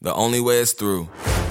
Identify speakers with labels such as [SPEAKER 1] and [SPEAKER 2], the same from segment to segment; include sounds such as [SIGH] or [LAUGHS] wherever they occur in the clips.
[SPEAKER 1] The Only Way is Through,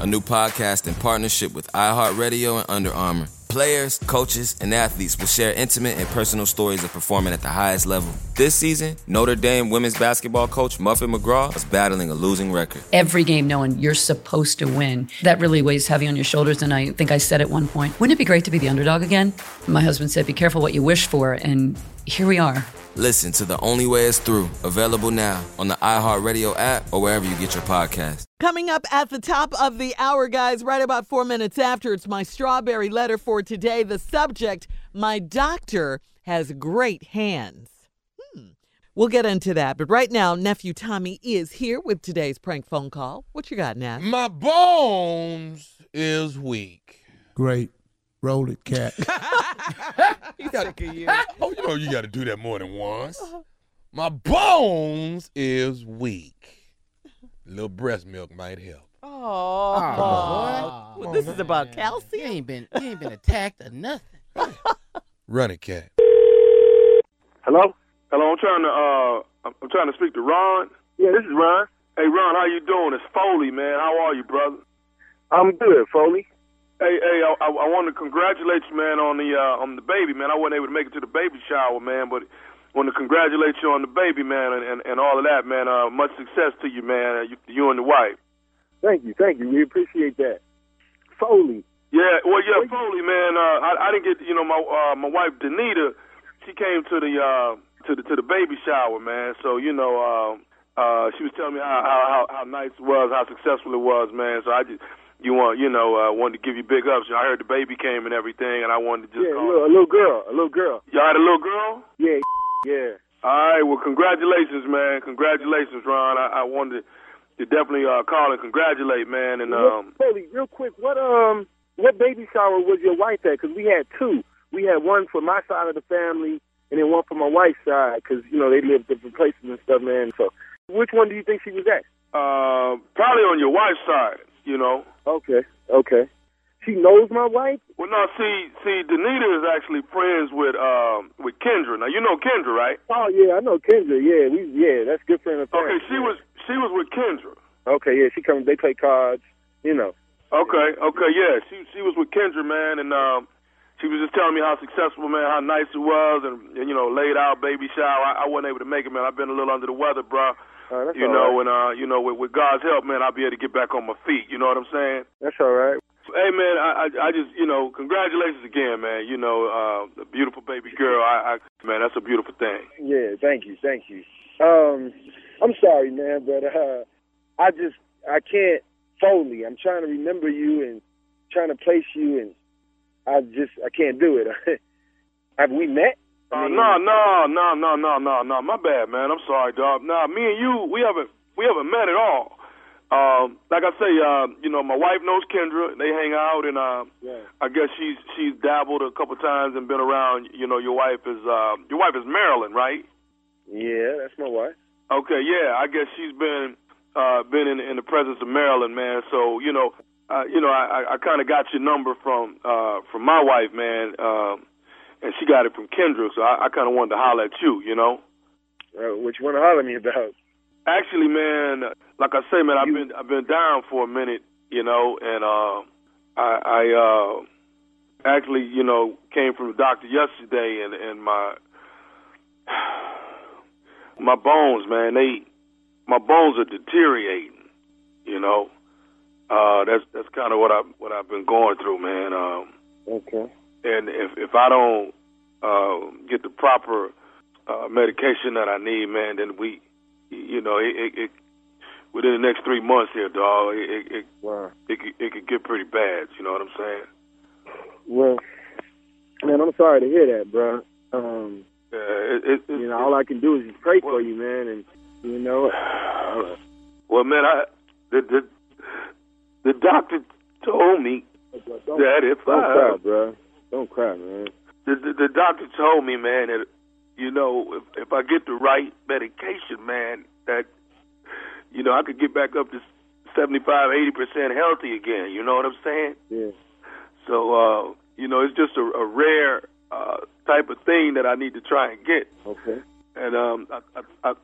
[SPEAKER 1] a new podcast in partnership with iHeartRadio and Under Armour. Players, coaches, and athletes will share intimate and personal stories of performing at the highest level. This season, Notre Dame women's basketball coach Muffin McGraw is battling a losing record.
[SPEAKER 2] Every game, knowing you're supposed to win, that really weighs heavy on your shoulders. And I think I said at one point, wouldn't it be great to be the underdog again? My husband said, be careful what you wish for. And here we are.
[SPEAKER 1] Listen to The Only Way is Through, available now on the iHeartRadio app or wherever you get your podcast.
[SPEAKER 3] Coming up at the top of the hour, guys, right about four minutes after, it's my strawberry letter for today. The subject My doctor has great hands. Hmm. We'll get into that. But right now, nephew Tommy is here with today's prank phone call. What you got, Nat?
[SPEAKER 4] My bones is weak.
[SPEAKER 5] Great. Roll it,
[SPEAKER 6] [LAUGHS]
[SPEAKER 5] cat.
[SPEAKER 4] You got to
[SPEAKER 3] [LAUGHS]
[SPEAKER 4] Oh, you know you got to do that more than once. My bones is weak. Little breast milk might help.
[SPEAKER 6] Uh,
[SPEAKER 3] Oh, this is about
[SPEAKER 6] You
[SPEAKER 3] calcium.
[SPEAKER 6] ain't been you ain't been attacked or nothing.
[SPEAKER 4] Run it, cat.
[SPEAKER 7] Hello? Hello, I'm trying to uh I'm- I'm trying to speak to Ron. Yeah, this is Ron. Hey Ron, how you doing? It's Foley, man. How are you, brother? I'm good, Foley. Hey, hey, I, I, I want to congratulate you, man, on the uh, on the baby, man. I wasn't able to make it to the baby shower, man, but want to congratulate you on the baby, man, and, and, and all of that, man. Uh, much success to you, man. uh, You, you and the wife.
[SPEAKER 8] Thank you, thank you. We appreciate that. Foley.
[SPEAKER 7] Yeah, well, yeah, Foley, man. Uh, I, I didn't get, you know, my uh, my wife Danita, she came to the uh, to the to the baby shower, man. So you know, uh, uh, she was telling me how, how how how nice it was, how successful it was, man. So I just you want you know uh, wanted to give you big ups. I heard the baby came and everything, and I wanted to just
[SPEAKER 8] Yeah, a
[SPEAKER 7] call.
[SPEAKER 8] little, a little girl, a little girl.
[SPEAKER 7] Y'all had a little girl.
[SPEAKER 8] Yeah, [LAUGHS] yeah.
[SPEAKER 7] All right, well, congratulations, man. Congratulations, Ron. I, I wanted to definitely uh, call and congratulate, man. And
[SPEAKER 8] Real-
[SPEAKER 7] um,
[SPEAKER 8] Foley, real quick, what um, what baby shower was your wife at? Because we had two. We had one for my side of the family, and then one for my wife's side, because you know they live different places and stuff, man. So, which one do you think she was at?
[SPEAKER 7] uh, probably on your wife's side, you know.
[SPEAKER 8] Okay, okay. She knows my wife.
[SPEAKER 7] Well, no, see, see, Danita is actually friends with um with Kendra. Now you know Kendra, right?
[SPEAKER 8] Oh yeah, I know Kendra. Yeah, we yeah, that's good friend of
[SPEAKER 7] Okay,
[SPEAKER 8] family.
[SPEAKER 7] she was she was with Kendra.
[SPEAKER 8] Okay, yeah, she comes. They play cards, you know.
[SPEAKER 7] Okay, okay, yeah, she she was with Kendra, man, and um, she was just telling me how successful, man, how nice it was, and, and you know, laid out baby shower. I, I wasn't able to make it, man. I've been a little under the weather, bruh.
[SPEAKER 8] Uh, that's
[SPEAKER 7] You
[SPEAKER 8] all
[SPEAKER 7] know,
[SPEAKER 8] right.
[SPEAKER 7] and uh, you know, with, with God's help, man, I'll be able to get back on my feet. You know what I'm saying?
[SPEAKER 8] that's all right.
[SPEAKER 7] Hey man, I, I I just you know congratulations again, man. You know, uh, a beautiful baby girl. I, I man, that's a beautiful thing.
[SPEAKER 8] Yeah, thank you, thank you. Um, I'm sorry, man, but uh, I just I can't Foley. I'm trying to remember you and trying to place you, and I just I can't do it. [LAUGHS] Have we met?
[SPEAKER 7] Uh,
[SPEAKER 8] I mean,
[SPEAKER 7] no, no, no, no, no, no, no. My bad, man. I'm sorry, dog. Nah, me and you, we haven't we haven't met at all. Um, like I say, uh, you know, my wife knows Kendra. They hang out, and uh,
[SPEAKER 8] Yeah.
[SPEAKER 7] I guess she's she's dabbled a couple times and been around. You know, your wife is uh, your wife is Marilyn, right?
[SPEAKER 8] Yeah, that's my wife.
[SPEAKER 7] Okay, yeah. I guess she's been uh, been in, in the presence of Marilyn, man. So you know, uh, you know, I, I- I kind of got your number from uh, from my wife, man, um, and she got it from Kendra. So I, I kind of wanted to holler at you, you know.
[SPEAKER 8] Uh, what you want to holler at me about?
[SPEAKER 7] Actually, man, like I say, man, I've been I've been down for a minute, you know, and uh, I, I uh, actually, you know, came from the doctor yesterday, and and my [SIGHS] my bones, man, they my bones are deteriorating, you know. Uh, that's that's kind of what I what I've been going through, man. Um,
[SPEAKER 8] Okay.
[SPEAKER 7] and if if I don't uh, get the proper uh, medication that I need, man, then we, you know, it, it, it within the next three months here, dog, it it it,
[SPEAKER 8] Wow.
[SPEAKER 7] it, could, it could get pretty bad. You know what I'm saying?
[SPEAKER 8] Well, man, I'm sorry to hear that, bro. Um,
[SPEAKER 7] Yeah, it, it, it,
[SPEAKER 8] you know, all I can do is just pray for you, man, and you know, [SIGHS]
[SPEAKER 7] well, man, I the the, the doctor told me
[SPEAKER 8] don't,
[SPEAKER 7] that if
[SPEAKER 8] don't
[SPEAKER 7] I
[SPEAKER 8] cry, bro. Don't cry, man.
[SPEAKER 7] the, the, the doctor told me, man, that you know, if, if I get the right medication, man, that you know, I could get back up to 75, 80 percent healthy again. You know what I'm saying?
[SPEAKER 8] Yeah.
[SPEAKER 7] So, uh, you know, it's just a, a rare uh, type of thing that I need to try and get,
[SPEAKER 8] Okay.
[SPEAKER 7] and um, I, I, I,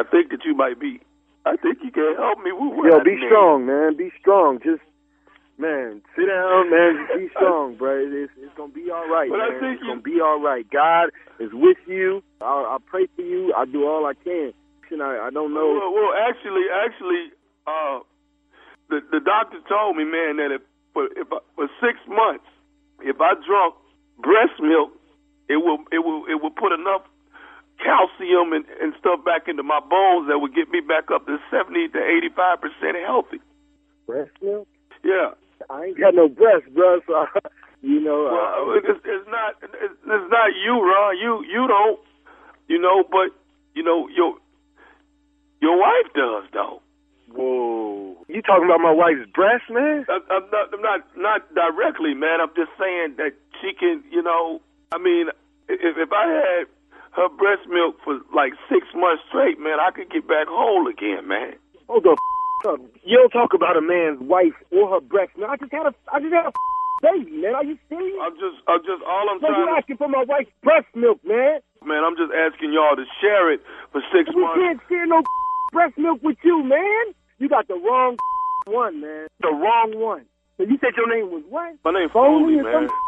[SPEAKER 7] I think that you might be. I- I think you can help me. We were
[SPEAKER 8] Yo,
[SPEAKER 7] at
[SPEAKER 8] be
[SPEAKER 7] me.
[SPEAKER 8] strong, man. Be strong. Just man, sit down, man. Just
[SPEAKER 7] [LAUGHS]
[SPEAKER 8] be strong, bro. It's, it's gonna be all right,
[SPEAKER 7] But I
[SPEAKER 8] man.
[SPEAKER 7] think
[SPEAKER 8] it's
[SPEAKER 7] you-
[SPEAKER 8] gonna be all right. God is with you. I, I pray for you. I do all I can. And I, I don't know.
[SPEAKER 7] Well, well, actually, actually, uh, the the doctor told me, man, that if for if I, for six months, if I drunk breast milk, it will it will it will put enough calcium and, and stuff back into my bones that would get me back up to seventy to eighty five percent healthy.
[SPEAKER 8] Breast milk?
[SPEAKER 7] Yeah.
[SPEAKER 8] I ain't got no breast, bro. So [LAUGHS] you know. uh,
[SPEAKER 7] Well, it's, it's not it's, it's not you, Ron. You you don't, you know, but you know your your wife does though.
[SPEAKER 8] whoa. You talking about my wife's breast, man?
[SPEAKER 7] I, I'm not I'm not not directly, man. I'm just saying that she can, you know. I mean, if if I had her breast milk for like six months straight, man, I could get back whole again, man.
[SPEAKER 8] Hold the f- up. You don't talk about a man's wife or her breast, man. I just had a, I just had a f- baby, man. Are you serious?
[SPEAKER 7] I'm just I'm just all I'm
[SPEAKER 8] Why you
[SPEAKER 7] trying,
[SPEAKER 8] asking for my wife's breast milk, man?
[SPEAKER 7] to, man. I'm just asking y'all to share it for six
[SPEAKER 8] We
[SPEAKER 7] months.
[SPEAKER 8] can't share no [LAUGHS] breast milk with you, man. You got the wrong [LAUGHS] one, man. The wrong one. So you said your name was what?
[SPEAKER 7] My name's Foley,
[SPEAKER 8] Foley or
[SPEAKER 7] man.
[SPEAKER 8] something? [LAUGHS]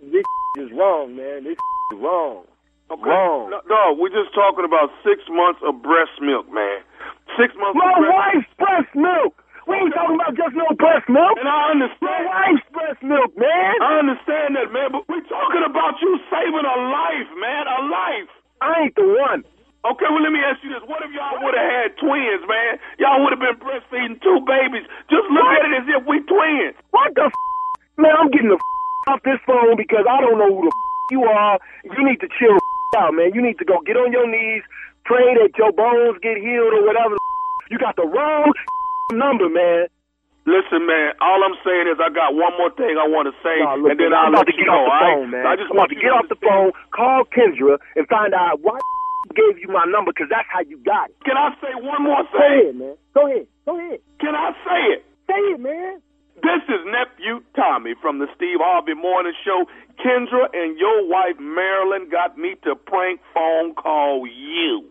[SPEAKER 8] This is wrong, man. This [LAUGHS] is wrong.
[SPEAKER 7] Okay.
[SPEAKER 8] Wrong.
[SPEAKER 7] No, no, we're just talking about six months of breast milk, man. Six months
[SPEAKER 8] My
[SPEAKER 7] of breast
[SPEAKER 8] wife's breast milk. We ain't talking about just no breast milk.
[SPEAKER 7] And I
[SPEAKER 8] My
[SPEAKER 7] understand.
[SPEAKER 8] wife's breast milk, man.
[SPEAKER 7] I understand that, man, but we're talking about you saving a life, man, a life.
[SPEAKER 8] I ain't the one.
[SPEAKER 7] Okay, well, let me ask you this. What if y'all would have had twins, man? Y'all would have been breastfeeding two babies. Just look at it as if we twins.
[SPEAKER 8] What the f-? Man, I'm getting the f- off this phone because I don't know who the f- you are. You need to chill the f- out, man. You need to go get on your knees, pray that your bones get healed or whatever. the f- You got the wrong f- number, man.
[SPEAKER 7] Listen, man, all I'm saying is I got one more thing I want to say,
[SPEAKER 8] Nah,
[SPEAKER 7] and
[SPEAKER 8] look,
[SPEAKER 7] then
[SPEAKER 8] man,
[SPEAKER 7] I'll
[SPEAKER 8] I'm about
[SPEAKER 7] let
[SPEAKER 8] to
[SPEAKER 7] you
[SPEAKER 8] get
[SPEAKER 7] know,
[SPEAKER 8] off the
[SPEAKER 7] all right?
[SPEAKER 8] phone, man.
[SPEAKER 7] I just
[SPEAKER 8] I'm
[SPEAKER 7] want
[SPEAKER 8] about to
[SPEAKER 7] you
[SPEAKER 8] get off the
[SPEAKER 7] understand.
[SPEAKER 8] phone, call Kendra, and find out why the f- gave you my number because that's how you got it.
[SPEAKER 7] Can I say one more
[SPEAKER 8] Go
[SPEAKER 7] thing?
[SPEAKER 8] ahead, man. Go ahead. Go ahead.
[SPEAKER 7] Can I say it?
[SPEAKER 8] Say it, man.
[SPEAKER 7] This is nephew Tommy from the Steve Harvey Morning Show. Kendra and your wife Marilyn got me to prank phone call you.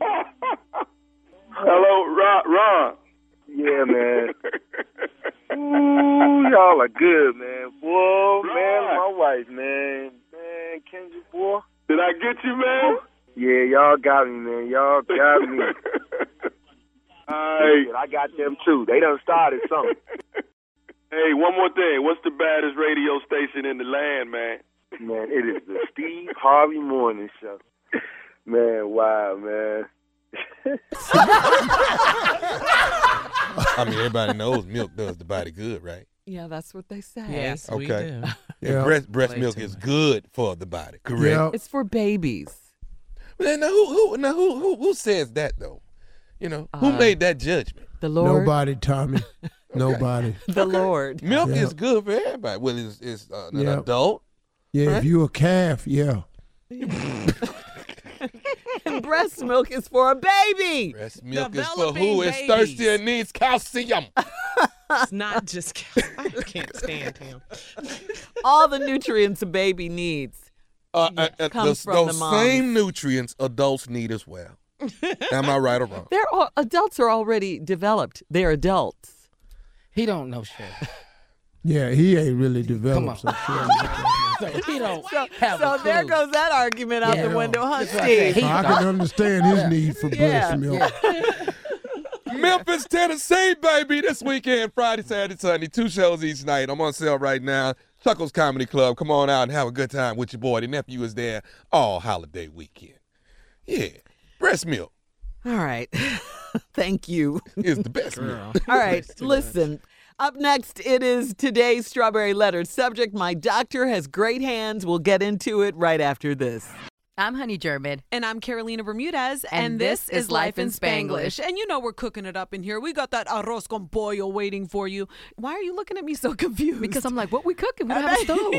[SPEAKER 8] [LAUGHS]
[SPEAKER 7] Hello, Ron. Ron.
[SPEAKER 8] Yeah, man. Ooh, y'all are good, man. Boy, man, my wife, man. Man, Kendra, boy.
[SPEAKER 7] Did I [LAUGHS] get you, man?
[SPEAKER 8] Yeah, y'all got me, man. Y'all
[SPEAKER 7] [LAUGHS]
[SPEAKER 8] got me.
[SPEAKER 7] Hey,
[SPEAKER 8] I got them too. They done started something.
[SPEAKER 7] hey, one more thing. What's the baddest radio station in the land, man?
[SPEAKER 8] Man, it is the Steve Harvey Morning Show. Man, wow, man.
[SPEAKER 4] I mean, everybody knows milk does the body good, right?
[SPEAKER 3] Yeah, that's what they say.
[SPEAKER 6] Yes, we
[SPEAKER 4] Okay.
[SPEAKER 6] do.
[SPEAKER 4] And
[SPEAKER 5] Yeah.
[SPEAKER 4] breast breast
[SPEAKER 6] Way
[SPEAKER 4] milk
[SPEAKER 6] too
[SPEAKER 4] is
[SPEAKER 6] much.
[SPEAKER 4] good for the body, correct?
[SPEAKER 5] Yeah.
[SPEAKER 3] It's for babies.
[SPEAKER 4] Well, Now, who, who, now who, who, who says that though? You know, who
[SPEAKER 6] Uh,
[SPEAKER 4] made that judgment?
[SPEAKER 3] The Lord.
[SPEAKER 5] Nobody,
[SPEAKER 3] [LAUGHS]
[SPEAKER 5] Tommy. Nobody.
[SPEAKER 3] The Lord. [LAUGHS]
[SPEAKER 4] Milk
[SPEAKER 5] Yeah.
[SPEAKER 4] is good for everybody. Well, it's, it's uh, an
[SPEAKER 5] Yeah.
[SPEAKER 4] adult.
[SPEAKER 5] Yeah,
[SPEAKER 4] Right?
[SPEAKER 5] if you a calf, yeah.
[SPEAKER 3] And breast milk is for a baby.
[SPEAKER 4] Breast milk is for who
[SPEAKER 6] Developing
[SPEAKER 4] is
[SPEAKER 6] babies.
[SPEAKER 4] thirsty and needs calcium.
[SPEAKER 6] It's not just. [LAUGHS] I can't stand him.
[SPEAKER 3] All the nutrients a baby needs.
[SPEAKER 4] Uh, uh, uh,
[SPEAKER 3] comes
[SPEAKER 4] those-
[SPEAKER 3] from the
[SPEAKER 4] those
[SPEAKER 3] moms.
[SPEAKER 4] same nutrients adults need
[SPEAKER 3] [LAUGHS]
[SPEAKER 4] as well. Am I right or wrong?
[SPEAKER 3] They're all, adults are already developed. They're adults.
[SPEAKER 6] He don't know [LAUGHS] shit.
[SPEAKER 5] Yeah, he ain't really
[SPEAKER 6] Come on.
[SPEAKER 5] developed. So sure.
[SPEAKER 6] [LAUGHS] So he don't
[SPEAKER 3] So,
[SPEAKER 6] have
[SPEAKER 3] so
[SPEAKER 6] a
[SPEAKER 3] there
[SPEAKER 6] clue.
[SPEAKER 3] goes that argument out the
[SPEAKER 5] Yeah.
[SPEAKER 3] window, huh,
[SPEAKER 6] what I said.
[SPEAKER 3] Steve?
[SPEAKER 6] He
[SPEAKER 5] I
[SPEAKER 6] don't.
[SPEAKER 5] can understand his need for
[SPEAKER 3] Yeah.
[SPEAKER 5] breast milk.
[SPEAKER 4] Memphis, Tennessee, baby, this weekend, Friday, Saturday, Sunday, two shows each night. I'm on sale right now. Chuckles Comedy Club. Come on out and have a good time with your boy. The nephew is there all holiday weekend. Yeah, breast milk
[SPEAKER 3] All right. [LAUGHS] Thank you.
[SPEAKER 4] is the best milk.
[SPEAKER 3] All right, listen. Up next, it is today's strawberry letter. Subject My doctor has great hands. We'll get into it right after this.
[SPEAKER 9] I'm
[SPEAKER 6] [LAUGHS]
[SPEAKER 9] Honey German.
[SPEAKER 3] And I'm Carolina Bermudez, and,
[SPEAKER 9] this is Life in Spanglish.
[SPEAKER 3] And you know we're cooking it up in here. We got that arroz con pollo waiting for you. Why are you looking at me so [LAUGHS] confused?
[SPEAKER 9] Because I'm like, what we cooking? We don't have a stove.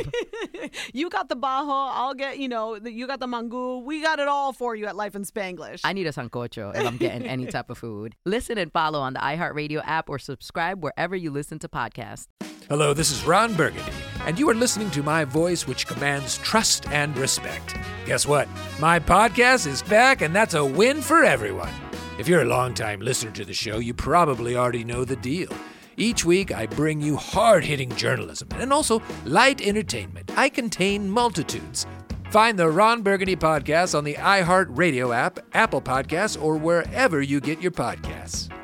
[SPEAKER 3] you got the bajo. I'll get you know. the- You got the mango. We got it all for you at Life in Spanglish.
[SPEAKER 9] I need a sancocho if I'm getting any type of food. Listen and follow on the iHeartRadio app or subscribe wherever you listen to podcasts.
[SPEAKER 5] Hello, this is Ron Burgundy, and you are listening to my voice, which commands trust and respect. Guess what? My podcast is back, and that's a win for everyone. If you're a longtime listener to the show, you probably already know the deal. Each week, I bring you hard hitting journalism and also light entertainment. I contain multitudes. Find the Ron Burgundy podcast on the iHeartRadio app, Apple Podcasts, or wherever you get your podcasts.